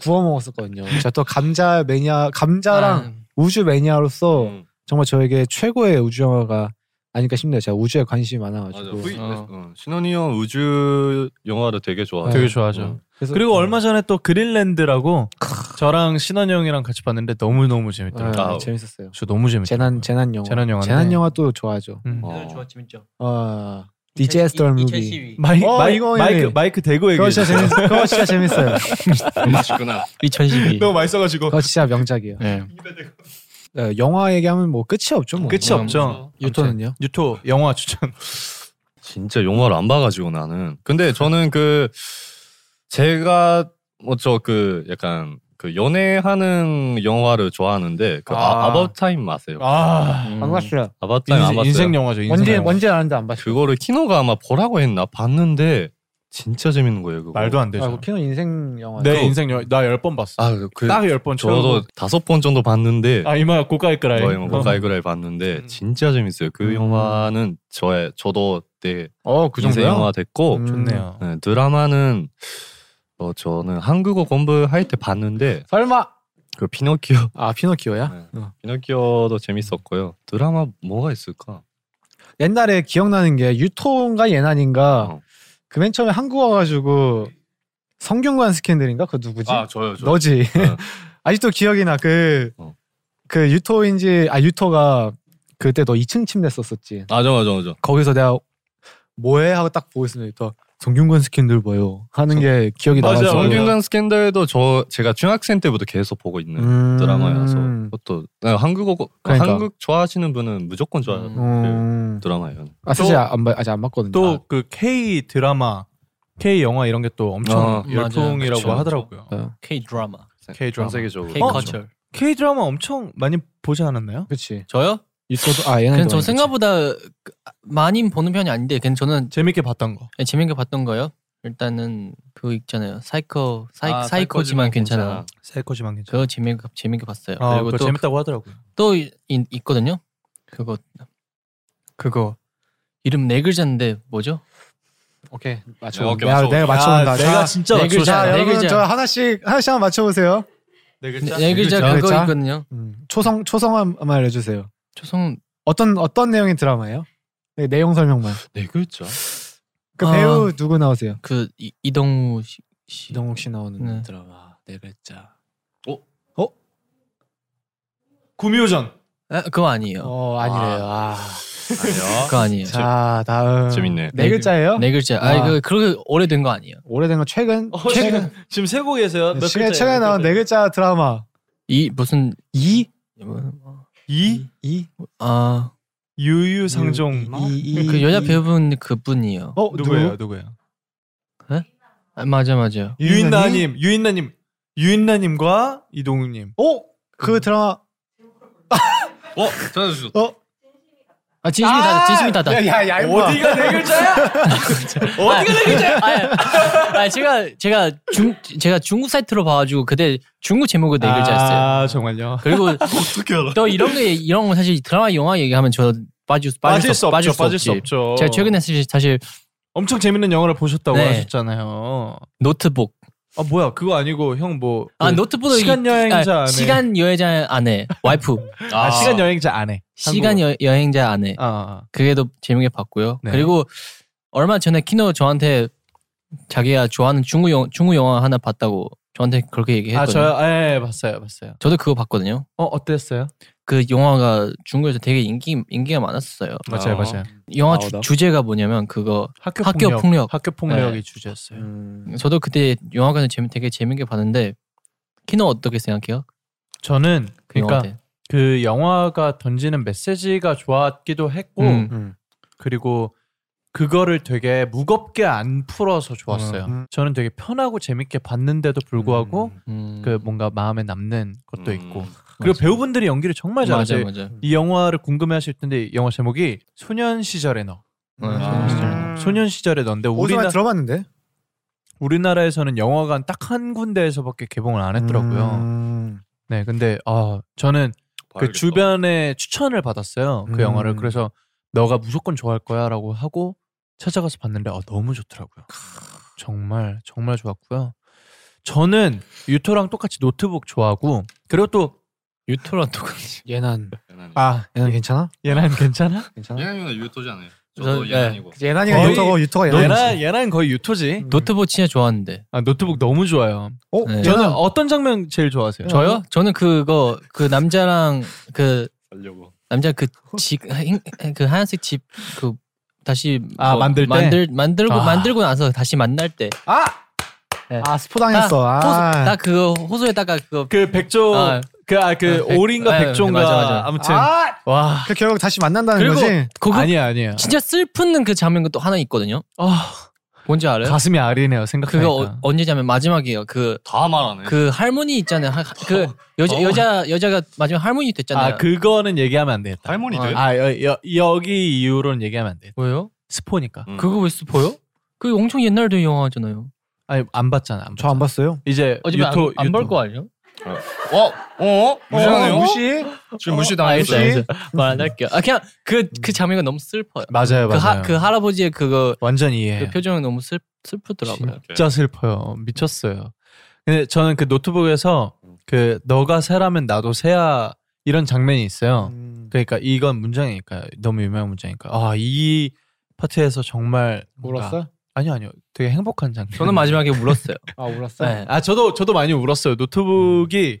구워 먹었었거든요. 제가 또 감자 매니아, 음. 감자랑
음.
우주
어.
매니아로서
음,
정말 저에게 최고의 우주 영화가 아닐까 싶네요. 제가 우주에 관심이
맞아.
많아가지고.
후이, 어, 신원이 형 우주 영화를 되게 어. 좋아해.
되게 좋아하죠. 그리고
어.
얼마 전에 또 그린랜드라고 저랑 신원 형이랑 같이 봤는데 너무 너무 재밌더라고요.
아, 재밌었어요.
저 너무 재밌.
재난 재난 영화.
재난 영화인데. 음.
도 좋아하죠.
음.
오늘 좋아 재밌죠.
어, DJ 스톨 무비.
2012.
마이,
어,
마이,
이거
마이크
형님.
마이크 대고 얘기.
그거 진짜 재밌. 그거 진짜 재밌어요.
[LAUGHS]
맛있구나.
2012.
너무 맛있어가지고.
그거 진짜 명작이에요.
네.
어, 영화 얘기하면 뭐 끝이 없죠. 뭐.
끝이 없죠.
유토는요?
유토 영화 추천.
진짜 영화를 안 봐가지고 나는. 근데 저는 그 제가 뭐 저 그 약간 그 연애하는 영화를 좋아하는데 그
아.
아, 바웃 타임 아세요?
아,
음.
안 봤어요.
아바웃 타임 안 봤어요.
인생 영화죠. 인생
원제
영화.
원제 아는데 안 봤어요.
그거를 키노가 아마 보라고 했나 봤는데 진짜 재밌는 거예요. 그거.
말도 안 되죠.
아, 키노 인생 어. 영화.
내 인생 영화 나 열 번 봤어.
아, 그,
딱열번
저도
채우고.
다섯 번 정도 봤는데
아 이마 고가이 끄라이.
어, 이마 고가이 그라이 봤는데 진짜 재밌어요. 그 영화는 저의 저도 되게
어, 그
인생
정도요?
영화 됐고
음. 좋네요.
네, 드라마는 어, 저는 한국어 공부할 때 봤는데
설마
그 피노키오 [LAUGHS]
아 피노키오야?
네. 피노키오도 재밌었고요. 드라마 뭐가 있을까?
옛날에 기억나는 게 유토인가 예난인가
어.
그 맨 처음에 한국 와가지고 성균관 스캔들인가 그 누구지?
아, 저요, 네. 어. 저요.
너지. [LAUGHS] 아직도 기억이 나. 그, 그 유토인지, 아, 유토가 그때 너 2층 침대 썼었지.
맞아 맞아 맞아.
거기서 내가 뭐해? 하고 딱 보고 있으면 유토 성균관 스캔들 봐요. 하는 게 기억이 나가지고.
정균관 스캔들도 저 제가 중학생 때부터 계속 보고 있는
음.
드라마여서 그것도 네, 한국어
그러니까.
한국 좋아하시는 분은 무조건 좋아하는
음.
그 드라마예요.
아, 사실 안, 봐- 아직 안 봤거든요.
또 그 K 드라마, K 영화 이런 게 또 엄청
어,
아,
열풍이라고
맞아요.
하더라고요.
K 드라마.
K 어? 드라마
세계적으로.
K culture.
K 드라마 엄청 많이 보지 않았나요?
그렇지.
저요?
유토도 아
네, 그냥 저 생각보다 그- 많이 보는 편이 아닌데, 그냥 저는
재밌게 봤던 거.
네, 재밌게 봤던 거요. 일단은 그거 있잖아요. 사이코 사이,
아,
사이코지만
사이코지만
괜찮아.
괜찮아. 사이코지만 괜찮아.
그거 재밌게 재밌게 봤어요.
아, 그거
또-
재밌다고 하더라고요.
또 이- 이- 있거든요. 그거 그거 이름 네 글자인데 뭐죠?
오케이
맞춰.
오케이, 내가- 맞춰. 내가 맞춰본다. 자,
네 글자.
자,
네
여러분
글자.
저 하나씩 하나씩 한번 맞춰보세요.
네
글자? 네 글자 그거 있거든요.
음, 초성 초성 한번 알려주세요.
초성
어떤 어떤 내용의 드라마예요? 네, 내용 설명만.
네 글자.
그렇죠.
그
아,
배우 누구 나오세요?
그 이, 이동우 씨,
이동욱 씨 나오는
네. 어?
드라마 네 글자.
구미호전.
아, 그거 아니에요.
어 아니래요. 아.
[LAUGHS]
그거 아니에요.
자 다음
재밌네.
네
어.
글자예요?
네 글자. 아,
와.
그 그렇게 오래된 거 아니에요.
오래된 거 최근 최근
어, 지금 세고 계세요. 몇
최근
글자예요?
최근에 나온 네 글자 드라마
이 무슨
이
이?
이?
아
유유상종.
그 여자 배우분 그분이요.
어
누구예요? 누구예요?
아, 맞아 맞아요.
유인나님, 유인나님, 유인나님과 이동욱님.
어?
음.
오그 드라마
어, 찾아주셨.
어?
아 진심이 다다. 진심이 다다.
야야야
어디가 네 글자야? 어디가 네 글자야?
아, 아, 제가 제가 중 제가 중국 사이트로 봐가지고 그때 중국 제목을 네 글자였어요.
아 정말요? [LAUGHS]
그리고 또 이런 거 얘기- 이런 거 사실 드라마 영화 얘기하면 저 빠질 수 빠질,
빠질
수
수
없- 빠질
없죠, 빠질 수 없죠.
제가 최근에 사실 사실
엄청 재밌는 영화를 보셨다고
네.
하셨잖아요.
노트북.
아 뭐야 그거 아니고 형 뭐.
아
그
노트북
시간 여행자 안에.
시간 여행자 안에 와이프
[LAUGHS] 아, 시간 여행자 안에
시간 여, 여행자 안에 그게도 재밌게 봤고요.
아. 네.
그리고 얼마 전에 키노 저한테 자기가 좋아하는 중국 영 중국 영화 하나 봤다고 저한테 그렇게
아
얘기했거든요.
저요, 예, 예 봤어요, 봤어요.
저도 그거 봤거든요.
어 어땠어요?
그 영화가 중국에서 되게 인기 인기가 많았어요.
맞아요,
어.
맞아요.
영화
아우다.
주, 제가 뭐냐면 그거 학교,
폭력.
폭력.
학교 폭력이
네.
주제였어요. 음.
저도 그때 영화관에서 재미 되게 재밌게 봤는데 키노 어떻게 생각해요?
저는
그 영화
그러니까
때.
그 영화가 던지는 메시지가 좋았기도 했고
음.
그리고 그거를 되게 무겁게 안 풀어서 좋았어요.
음, 음.
저는 되게 편하고 재밌게 봤는데도 불구하고 그 뭔가 마음에 남는 것도 있고 그리고 배우분들이 연기를 정말
맞아요,
잘하세요.
맞아요.
이 영화를 궁금해하실 텐데 이 영화 제목이 소년 시절의 너. 소년 시절의 너. 소년 시절의 너인데
오랜만에
우리나
들어봤는데
우리나라에서는 영화관 딱 한 군데에서밖에 개봉을 안 했더라고요.
음.
네, 근데 아 저는 그
봐야겠다.
주변에 추천을 받았어요. 그
음.
영화를 그래서 너가 무조건 좋아할 거야라고 하고 찾아가서 봤는데 아 너무 좋더라고요. 정말 정말 좋았고요. 저는 유토랑 똑같이 노트북 좋아하고 그리고 또
유토랑 똑같이
예난
아
예난 괜찮아?
예난 괜찮아?
괜찮아?
예나님은 유토지 않아요.
저-
저도
네.
예나이고.
예난이가
거의
유토고 유토가
어, 예난
예난이지.
예난 거의 유토지.
노트북 진짜 좋아하는데.
아 노트북 너무 좋아요.
어?
네.
저는
예난.
어떤 장면 제일 좋아하세요?
저요? 저는 그거 그 남자랑 그
살려고.
남자 그집그 하얀색 집 그 다시 뭐
아, 만들 때?
만들 만들고
아.
만들고 나서 다시 만날 때.
아!
네.
아 스포당했어.
나, 호수,
아.
나 그거 호수에다가 그거
그 백조
아.
그 아 그
아, 백-
오린가
아,
백종가
맞아, 맞아.
아무튼
아!
와 네.
그 결국 다시 만난다는
그리고
거지?
그거
아니야 아니야.
진짜 슬픈 그 장면이 또 하나 있거든요.
아
뭔지 알아요?
가슴이 아리네요 생각하니까.
그거 어- 언제냐면 마지막이에요. 그
다 말하네.
그 할머니 있잖아요. 하- 그 여자 여자 여자가 마지막 할머니 됐잖아요.
어. 아 그거는 얘기하면 안 되겠다.
할머니들.
아 여, 여, 여기 이후로는 얘기하면 안 돼.
왜요?
스포니까. 그
음.
그거 왜 스포요? 그 엄청 옛날에 영화잖아요.
아니 안 봤잖아.
저 안 봤어요.
이제
어차피
유토-
안 볼
유토.
거 아니에요?
어? 어? 무시하네요?
어?
무시?
지금
아,
무시당했어요.
말 안 할게요. 아, 그냥 그, 그 장면이 너무 슬퍼요.
맞아요,
그,
맞아요.
하, 그 할아버지의 그거
완전 이해해요.
그 표정이 너무 슬, 슬프더라고요.
진짜 슬퍼요. 미쳤어요. 근데 저는 그 노트북에서 그 너가 새라면 나도 새야 이런 장면이 있어요.
음.
그러니까 이건 문장이니까 너무 유명한 문장이니까 아 이 파트에서 정말 뭔가-
울었어?
아니요 아니요 되게 행복한 장면.
저는 마지막에 울었어요.
아 울었어?
네. 아 저도 저도 많이 울었어요. 노트북이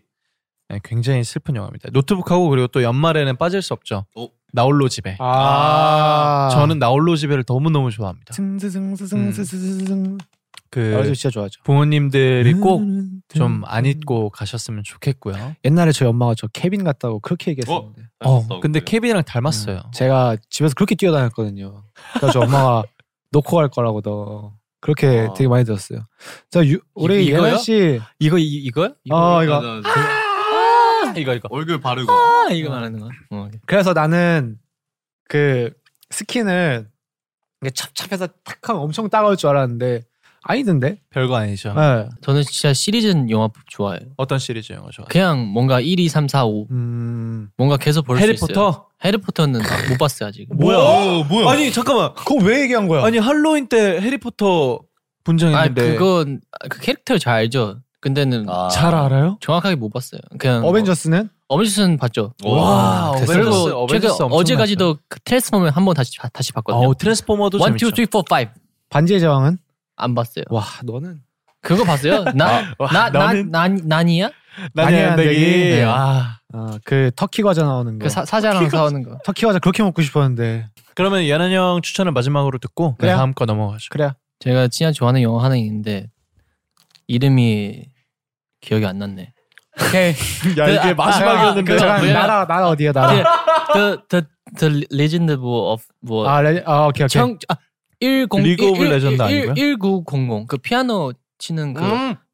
네, 굉장히 슬픈 영화입니다. 노트북하고 그리고 또 연말에는 빠질 수 없죠.
어?
나홀로 집에.
아.
저는 나홀로 집에를 너무 너무 좋아합니다.
음. 승승승승승승승.
그
나홀로 진짜 좋아하죠.
부모님들이
음.
꼭 좀 안 잊고 가셨으면 좋겠고요.
옛날에 저희 엄마가 저 케빈 같다고 그렇게 얘기했었는데. 그
어, 음. 근데 케빈이랑 닮았어요.
제가 집에서 그렇게 뛰어다녔거든요. 그래서 엄마가 [LAUGHS] 놓고 갈 거라고 너 그렇게
아.
되게 많이 들었어요. 자 유, 우리
이- 이거요?
예나 씨,
이거, 이, 이거요?
아,
어 이거
아, 이거, 이거.
얼굴 바르고.
아, [LAUGHS] 이거 말하는 거. 어,
그래서 나는 그 스킨을 이게 찹찹해서 탁 하면 엄청 따가울 줄 알았는데 아니던데.
별거 아니죠.
네.
저는 진짜 시리즈 영화 좋아해요.
어떤 시리즈 영화 좋아?
그냥 뭔가 1, 2, 3, 4, 5
음.
뭔가 계속 볼 수 있어요.
해리포터?
해리포터는 아, 못 봤어요 아직.
뭐야?
뭐야?
아니 잠깐만.
그거 왜 얘기한 거야?
아니 할로윈 때 해리포터
아니
분장했는데
그건 아, 그 캐릭터를 잘 알죠. 근데는
잘 알아요?
정확하게 못 봤어요. 그냥
어벤져스는?
뭐, 어벤져스는 봤죠.
와, 어벤져스,
그리고
어벤져스
최근
엄청
어제까지도 그 트랜스포머 한번 다시 다- 다시 봤거든요.
어 트랜스포머도
1, 2,
재밌죠.
3, 4, 5.
반지의 제왕은?
안 봤어요.
와 너는
그거 봤어요? 나,
와,
나, 나,
너는-
나, 나니야?
난이야, 내기.
네.
아, 그 터키 과자 나오는 거.
그 사, 사자랑 싸우는 거.
터키 과자 그렇게 먹고 싶었는데.
그러면 예난 형 추천을 마지막으로 듣고
그래요.
다음 거 넘어가죠.
그래.
제가 진짜 좋아하는 영화 하나 있는데, 이름이 기억이 안 났네. 오케이.
[LAUGHS] 야
그,
이게
아,
마지막이었는데 네.
아, 그,
잠깐
뭐야?
나라 나라 어디야 나라.
The, the, the, the Legend of, 뭐,
아, 레, 아
네.
오케이 오케이.
청, 아, 10,
리그 오브 레전드 아니고요?
1900. 그 피아노 치는 그,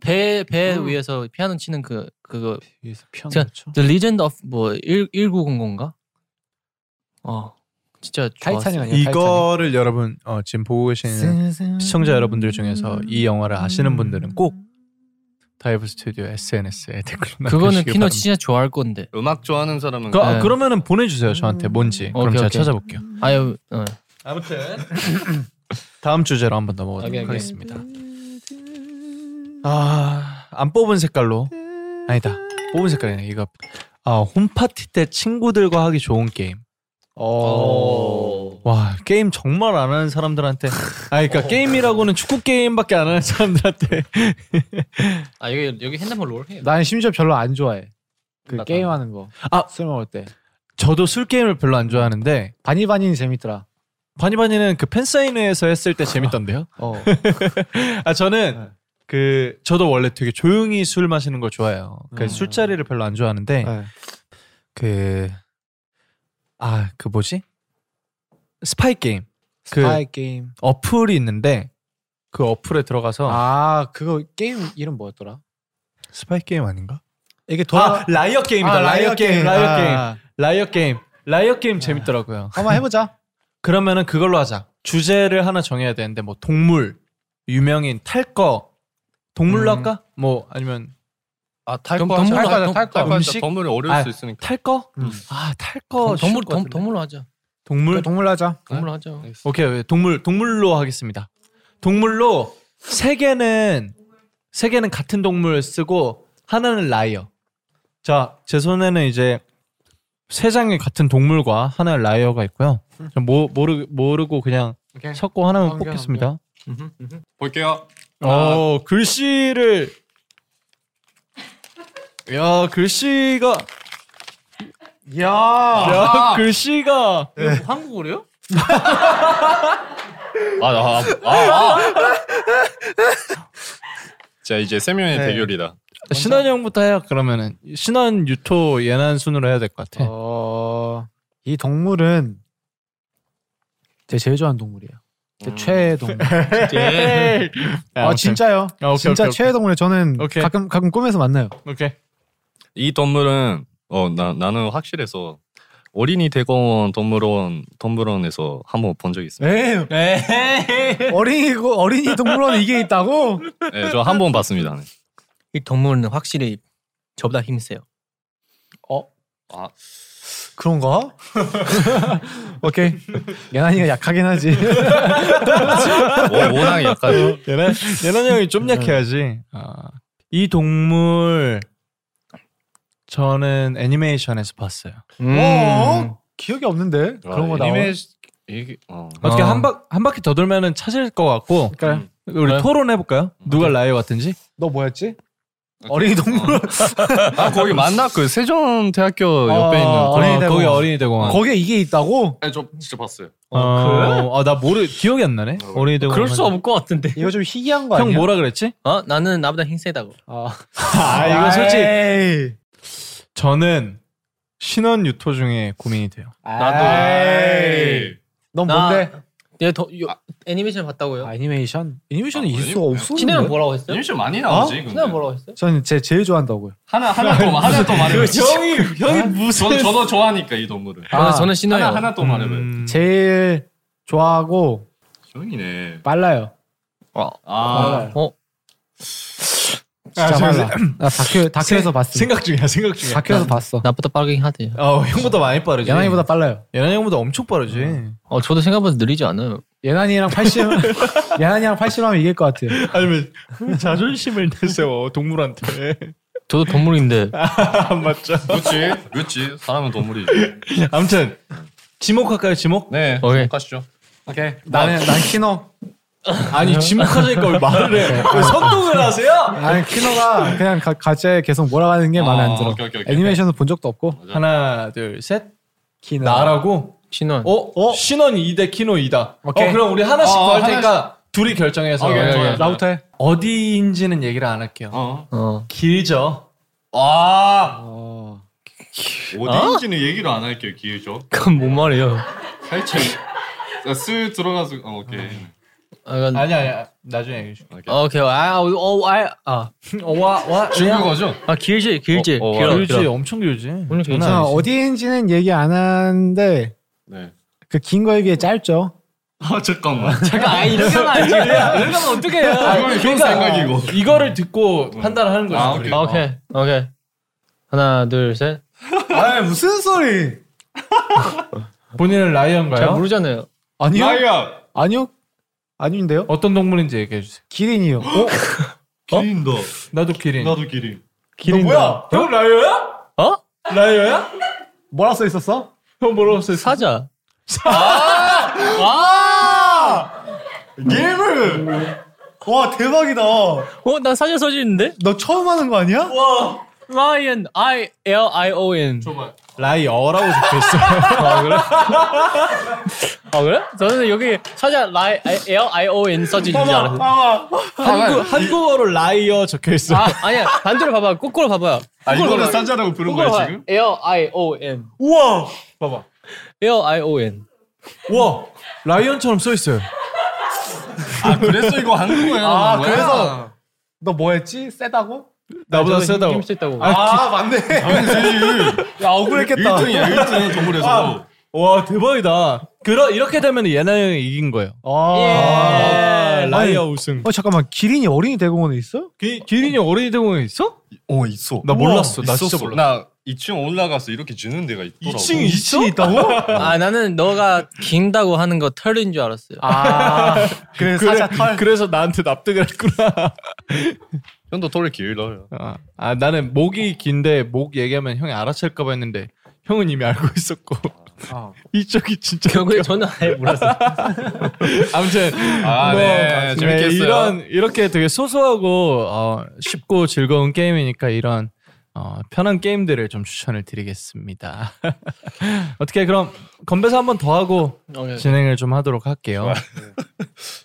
배, 배 위에서 피아노 치는 그, 그거.
위에서 피아노
제가 The Legend of, 뭐, 1, 1900인가? 어. 진짜
타이타닉
좋았어요.
아니야?
이거를 여러분 어, 지금 보고 계시는
타이타닉.
시청자 여러분들 중에서 이 영화를 아시는 분들은 꼭 다이브 스튜디오 SNS에 댓글로
그거는
남겨주시기
키노
바랍니다.
진짜 좋아할 건데.
음악 좋아하는 사람은
그,
네.
러면은 보내주세요 저한테
음.
뭔지 그럼
오케이,
제가
오케이.
찾아볼게요.
아유, 어.
아무튼 다음 주제로 한번 넘어가도록
오케이, 오케이.
하겠습니다. 아안 뽑은 색깔로 아니다 뽑은 색깔이네 이거 아 홈파티 때 친구들과 하기 좋은 게임.
어.
와 게임 정말 안 하는 사람들한테 아
어.
그러니까 게임이라고는 축구 게임밖에 안 하는 사람들한테
아 여기 여기 핸드폰 롤 해요.
나는 심지어 별로 안 좋아해. 그
나도.
게임하는 거.
아.
술 먹을 때.
저도 술 게임을 별로 안 좋아하는데
바니바니는 재밌더라.
바니바니는 그 팬사인회에서 했을 때 재밌던데요.
[LAUGHS] 어.
[LAUGHS]
네.
아 저는 그 저도 원래 되게 조용히 술 마시는 걸 좋아해요. 그
음.
술자리를 별로 안 좋아하는데
네.
그 아 그 뭐지 스파이 게임 그
스파이 게임.
어플이 있는데 그 어플에 들어가서
아 그거 게임 이름 뭐였더라?
스파이 게임 아닌가?
이게 돌아.
아 라이어 게임이다.
아,
라이어 게임. 라이어
아.
게임. 라이어 게임. 라이어 게임 재밌더라고요.
한번 해보자.
[LAUGHS] 그러면은 그걸로 하자. 주제를 하나 정해야 되는데 뭐 동물, 유명인, 탈 거, 동물로
음.
할까? 뭐 아니면
아, 탈
덤-
거
덤블러
하자.
하자, 탈 거.
탈거 하자.
음식?
덤블이 어려울
아,
수 있으니까.
탈 거?
음.
아, 탈거
덤- 어, 동물
쉬울 것
덤,
같은데.
동물로 하자.
동물?
그래, 동물 하자.
동물로 하자.
오케이, 오케이. 동물 동물로 하겠습니다. 동물로 세 개는 세 개는 같은 동물 쓰고 하나는 라이어. 자, 제 손에는 이제 세 장의 같은 동물과 하나의 라이어가 있고요. 저 모, 모르 모르고 그냥
오케이.
섞고 하나만
넘겨,
뽑겠습니다.
볼게요.
아.
어, 글씨를 야, 글씨가
야.
야, 글씨가
한국어래요?
아, 아, 아, 아, 아. 자, 이제 세 명의
네.
대결이다.
신원 형부터 해요. 그러면은 신원 유토 예난 순으로 해야 될 것 같아.
어, 어이 동물은 제 제일 좋아하는 동물이에요. 제 최애
[LAUGHS]
동물.
네.
아 진짜요?
음. 아, 오케이,
진짜
오케이, 오케이.
최애 동물이에요. 저는
오케이.
가끔 가끔 꿈에서 만나요.
오케이.
이 동물은 어, 나 나는 확실해서 어린이 대공원 동물원 동물원에서 한 번 본 적 있습니다.
에 어린이고 어린이 동물원
[LAUGHS]
이게 있다고?
네, 저 한 번 봤습니다. 네.
이 동물은 확실히 저보다 힘세요. 어?
아. [LAUGHS]
그런가? 오케이. 예나이가 약하긴 하지.
워낙 약간
얘네 얘네 형이 좀 약해야지. 아, 이 동물 저는 애니메이션에서 봤어요.
어? 기억이 없는데 그런 거 나와.
어, 이게 어.
어떻게
어.
한, 바, 한 바퀴 더 돌면은 찾을 것 같고 음.
그러니까요.
우리
그래요?
토론해 볼까요? 누가 라이어 같은지?
너 뭐였지? 어린이 동물원.
아 거기 맞나 그 세종대학교 옆에 있는
어,
그런-
거기 어린이 대공원.
거기에 이게 있다고?
네, 저 진짜 봤어요.
그래?
아나 모르 기억이 안 나네. 어린이 대공원.
그럴 수 없을 것 같은데.
이거 좀 희귀한 거
형
아니야?
뭐라 그랬지?
어? 나는 나보다 힘세다고.
아,
아 이거 솔직히
솔직히.
저는 신원 유토 중에 고민이 돼요.
나도. 넌
나-
뭔데?
내가 더 요- 애니메이션 봤다고요? 음.
애니메이션. 애니메이션은
아,
있을 수가
애니메이션.
없어.
아, 신혜는 뭐라고 했어요?
애니메이션 많이 나오지. 근데.
신혜는 뭐라고 했어요?
저는 제 제일 좋아한다고요.
하나 하나 더 하나
아,
더 말해봐.
그 형이 형이 무슨
저는 저도 좋아하니까 이 동물을.
아,
저는, 저는 신혜요.
하나 하나 또 말해봐. 요
음.
제일 좋아하고
형이네.
빨라요.
아
빨라요.
어?
진짜 빨라. 나 다큐 다큐에서 봤어.
아, 생각 중이야 생각 중이야.
다큐에서 봤어.
나보다 빠르긴 하대요.
어 형보다 많이 빠르지.
예나이보다 빨라요.
예나 형보다 엄청 빠르지.
어, 저도 생각보다 느리지 않아요.
예나이랑 80
[LAUGHS]
예나이랑 80하면 이길 것 같아요.
아니면 자존심을 내세워 동물한테.
저도
[LAUGHS]
동물인데
아, 맞죠.
그렇지 그렇지 사람은 동물이지.
아무튼 지목할까요 지목? 뭐?
네.
오케이.
가시죠. 오케이.
나는 난 키노. 네.
아니 지목하자니까 왜 말을 해? 왜 선동을 하세요?
아니 키노가 그냥 가, 가제 계속 몰아가는 게 마음에
아,
안 들어.
오케이, 오케이, 오케이.
애니메이션도 본 적도 없고.
하나 둘 셋.
키노.
나라고.
신원.
어? 신원 2대 키노 2다.
오케이.
어 그럼 우리 하나씩
어,
더할
하나씩.
테니까 둘이 결정해서 예,
오케이, 좋아요, 좋아요.
나부터 해.
어디인지는 얘기를 안 할게요.
어.
어.
길죠. 아,
와. 어디인지는 얘기를 안 할게요. 기회죠.
그건 뭔 말이에요?
살짝 쓱 들어가서 어, 오케이.
아, 이건-
아니 아니 나중에 얘기해 줄게.
오케이. 아, 어, 어, 아, 아,
와 와.
중국어죠?
아 길지, 길지,
어, 어,
길어,
길지
길어.
엄청 길지.
오늘
장난
길지.
자,
아니지.
어디인지는 얘기 안 하는데
네.
그 긴 거에 비해 짧죠.
아 잠깐만. 잠깐.
아, 이런 거 아니지. 이런 거 어떻게 해요?
이건 형 생각이고.
이거를 듣고 판단을 하는 거죠.
아,
우리.
오케이.
오케이, 오케이. 하나, 둘, 셋.
아 무슨 소리?
본인은
잘
라이언가요?
모르잖아요.
아니요.
나야.
아니요. 아닌데요?
어떤 동물인지 얘기해 주세요.
기린이요. 어?
기린다.
나도 기린.
나도 기린.
기린. 뭐야?
형 라이어야?
어?
라이어야?
뭐라 써 있었어?
형 뭐라고 했어요?
사자.
아! 예물. 와 대박이다.
어, 나 사자 소지인데?
너 처음 하는 거 아니야?
라이언, I L I O N.
라이어라고
[LAUGHS]
적혀있어.
아 그래? 저는 여기 사자 라이 I L I O N 써진 줄 알았어.
한국, 한국어로 아, 라이어 적혀있어.
아 아니야 반대로 봐봐. 거꾸로 봐봐요.
아 이거를 사자라고 부른
거꾸로
거야
봐.
지금?
L I O N.
우와! 봐봐.
L I O N.
우와! 라이언처럼 써있어요.
아 그래서 이거 한국어야.
아 그래서 너 뭐했지? 세다고?
나보다
저거
세다고.
힘 세다고.
아 맞네.
[LAUGHS] 당연히
야 억울했겠다.
1등이야 1등 동물에서.
와, 대박이다. 그러, 이렇게 되면 예나 형이 이긴 거예요.
아.
아, 라이어
아니,
우승.
어 잠깐만 기린이 어린이 대공원에 있어?
기, 기린이 어린이 대공원에 있어?
어 있어.
나 몰랐어. 나 진짜
있었어. 나 2층 올라가서 이렇게 주는 데가 있더라고.
2층 있어? [LAUGHS] 있다고?
아 나는 너가 긴다고 하는 거 털인 줄 알았어요.
아 그래 사자 털.
그래서 나한테 납득을 [LAUGHS] 했구나.
형도 털이 길어요.
아, 아, 나는 목이 긴데 목 얘기하면 형이 알아챌까봐 했는데 형은 이미 알고 있었고 아. [LAUGHS] 이쪽이 진짜
[LAUGHS] 결국에 저는 아예 몰랐어요.
[LAUGHS] 아무튼
아, 네. 재밌겠어요.
뭐, 이런 이렇게 되게 소소하고 어, 쉽고 즐거운 게임이니까 이런 어, 편한 게임들을 좀 추천을 드리겠습니다. [LAUGHS] 어떻게 그럼 건배사 한 번 더 하고
오케이.
진행을 좀 하도록 할게요.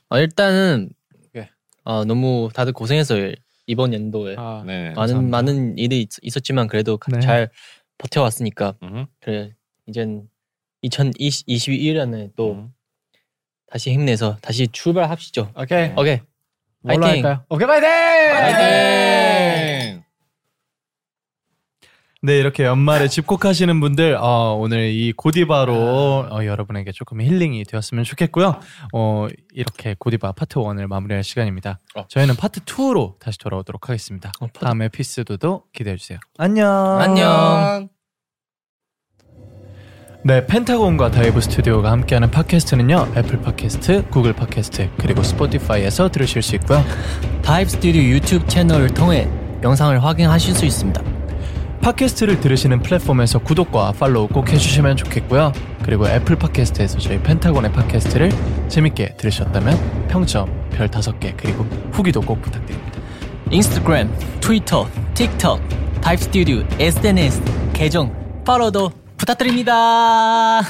아, 일단은
오케이.
아, 너무 다들 고생했어요 이번 연도에
아,
네.
많은 많은 일이 있, 있었지만 그래도 가-
네.
잘 버텨왔으니까
음.
그래 이젠 2021년에 또
음.
다시 힘내서 다시 출발합시죠.
오케이.
네.
오케이.
뭘로
파이팅.
할까요? 오케이 파이팅.
파이팅!
네, 이렇게 연말에 집콕하시는 분들 어, 오늘 이 고디바로 어, 여러분에게 조금 힐링이 되었으면 좋겠고요. 어, 이렇게 고디바 파트 1을 마무리할 시간입니다.
어.
저희는 파트 2로 다시 돌아오도록 하겠습니다. 다음에 피스도도 기대해 주세요. 안녕.
안녕.
네, 펜타곤과 다이브 스튜디오가 함께하는 팟캐스트는요. 애플 팟캐스트, 구글 팟캐스트, 그리고 스포티파이에서 들으실 수 있고요.
다이브 스튜디오 유튜브 채널을 통해 영상을 확인하실 수 있습니다.
팟캐스트를 들으시는 플랫폼에서 구독과 팔로우 꼭 해주시면 좋겠고요. 그리고 애플 팟캐스트에서 저희 펜타곤의 팟캐스트를 재밌게 들으셨다면 평점 별 5개 그리고 후기도 꼭 부탁드립니다.
인스타그램, 트위터, 틱톡, 다이브 스튜디오 SNS 계정 팔로우도
[LAUGHS]
부탁드립니다. [LAUGHS]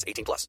18 plus.